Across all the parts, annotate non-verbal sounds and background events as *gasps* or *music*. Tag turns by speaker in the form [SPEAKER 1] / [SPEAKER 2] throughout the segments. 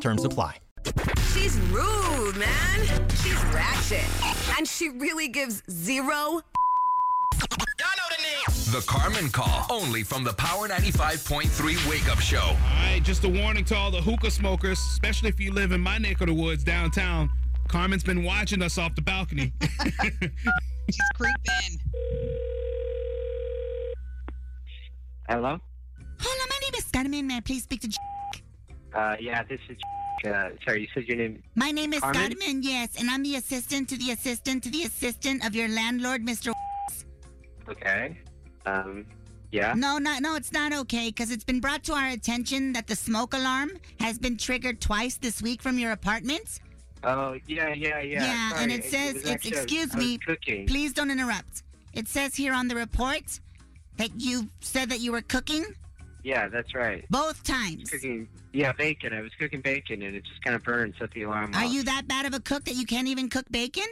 [SPEAKER 1] Terms apply.
[SPEAKER 2] She's rude, man. She's ratchet. And she really gives zero.
[SPEAKER 3] The Carmen Call, only from the Power 95.3 Wake Up Show.
[SPEAKER 4] All right, just a warning to all the hookah smokers, especially if you live in my neck of the woods downtown. Carmen's been watching us off the balcony. *laughs*
[SPEAKER 5] She's creeping.
[SPEAKER 6] Hello?
[SPEAKER 5] Hello, my name is Carmen. May I please speak to? J-
[SPEAKER 6] Uh, yeah, this is. Uh, sorry, you said your name.
[SPEAKER 5] My name is
[SPEAKER 6] Carmen?
[SPEAKER 5] Carmen. Yes, and I'm the assistant to the assistant to the assistant of your landlord, Mr.
[SPEAKER 6] Okay. Um, yeah.
[SPEAKER 5] No, not no, it's not okay because it's been brought to our attention that the smoke alarm has been triggered twice this week from your apartment.
[SPEAKER 6] Oh, yeah, yeah, yeah.
[SPEAKER 5] Yeah,
[SPEAKER 6] sorry,
[SPEAKER 5] and it says
[SPEAKER 6] was
[SPEAKER 5] it's-
[SPEAKER 6] actually- I
[SPEAKER 5] excuse
[SPEAKER 6] was
[SPEAKER 5] me,
[SPEAKER 6] Cooking.
[SPEAKER 5] Please don't interrupt. It says here on the report that you said that you were cooking
[SPEAKER 6] Yeah, that's right.
[SPEAKER 5] both times.
[SPEAKER 6] Cooking. Yeah, bacon. I was cooking bacon, and it just kind of burned, set the alarm
[SPEAKER 5] Are
[SPEAKER 6] off.
[SPEAKER 5] you that bad of a cook that you can't even cook bacon?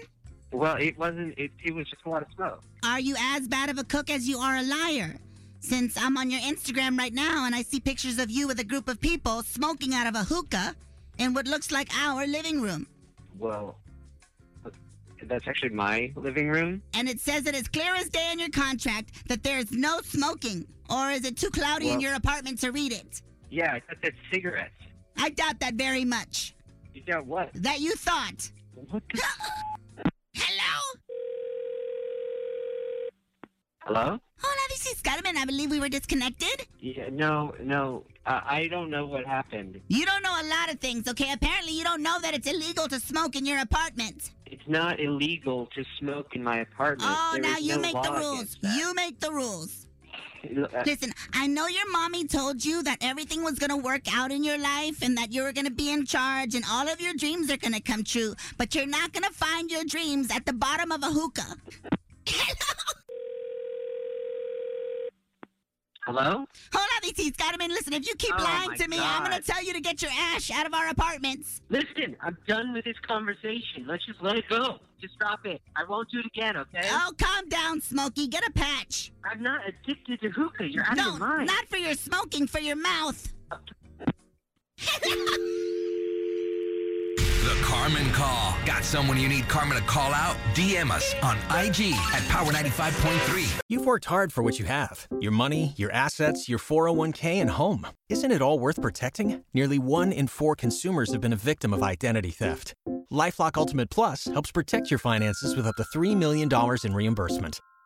[SPEAKER 6] Well, it wasn't. It, it was just a lot of smoke.
[SPEAKER 5] Are you as bad of a cook as you are a liar? Since I'm on your Instagram right now and I see pictures of you with a group of people smoking out of a hookah in what looks like our living room.
[SPEAKER 6] Well, that's actually my living room.
[SPEAKER 5] And it says that it's clear as day in your contract that there's no smoking. Or is it too cloudy in
[SPEAKER 6] Well-
[SPEAKER 5] your apartment to read it?
[SPEAKER 6] Yeah, I thought that's cigarettes.
[SPEAKER 5] I doubt that very much.
[SPEAKER 6] You got what?
[SPEAKER 5] That you thought.
[SPEAKER 6] What the?
[SPEAKER 5] *gasps* Hello?
[SPEAKER 6] Hello?
[SPEAKER 5] Hola, this is Carmen. I believe we were disconnected.
[SPEAKER 6] Yeah, no, no. Uh, I don't know what happened.
[SPEAKER 5] You don't know a lot of things, okay? Apparently, you don't know that it's illegal to smoke in your apartment.
[SPEAKER 6] It's not illegal to smoke in my apartment.
[SPEAKER 5] Oh,
[SPEAKER 6] There
[SPEAKER 5] now
[SPEAKER 6] is
[SPEAKER 5] you
[SPEAKER 6] no
[SPEAKER 5] make the
[SPEAKER 6] law
[SPEAKER 5] rules.
[SPEAKER 6] against that.
[SPEAKER 5] You make
[SPEAKER 6] *laughs*
[SPEAKER 5] the rules.
[SPEAKER 6] Uh,
[SPEAKER 5] Listen, I know your mommy told you that everything was going to work out in your life and that you were going to be in charge and all of your dreams are going to come true, but you're not going to find your dreams at the bottom of a hookah. *laughs*
[SPEAKER 6] Hello?
[SPEAKER 5] Hola, VT's got him in. Listen, if you keep
[SPEAKER 6] Oh,
[SPEAKER 5] lying
[SPEAKER 6] my
[SPEAKER 5] to me, I'm going
[SPEAKER 6] God.
[SPEAKER 5] to tell you to get your ash out of our apartments.
[SPEAKER 6] Listen, I'm done with this conversation. Let's just let it go. Just stop it. I won't do it again, okay?
[SPEAKER 5] Oh, calm down, Smokey. Get a patch.
[SPEAKER 6] I'm not addicted to hookah. You're out of
[SPEAKER 5] No,
[SPEAKER 6] your mind.
[SPEAKER 5] not for your smoking, for your mouth.
[SPEAKER 3] The Carmen Call. Got someone you need Carmen to call out? DM us on IG at Power 95.3.
[SPEAKER 1] You've worked hard for what you have your money, your assets, your 401k, and home. Isn't it all worth protecting? Nearly one in four consumers have been a victim of identity theft. Lifelock Ultimate Plus helps protect your finances with up to $3 million in reimbursement.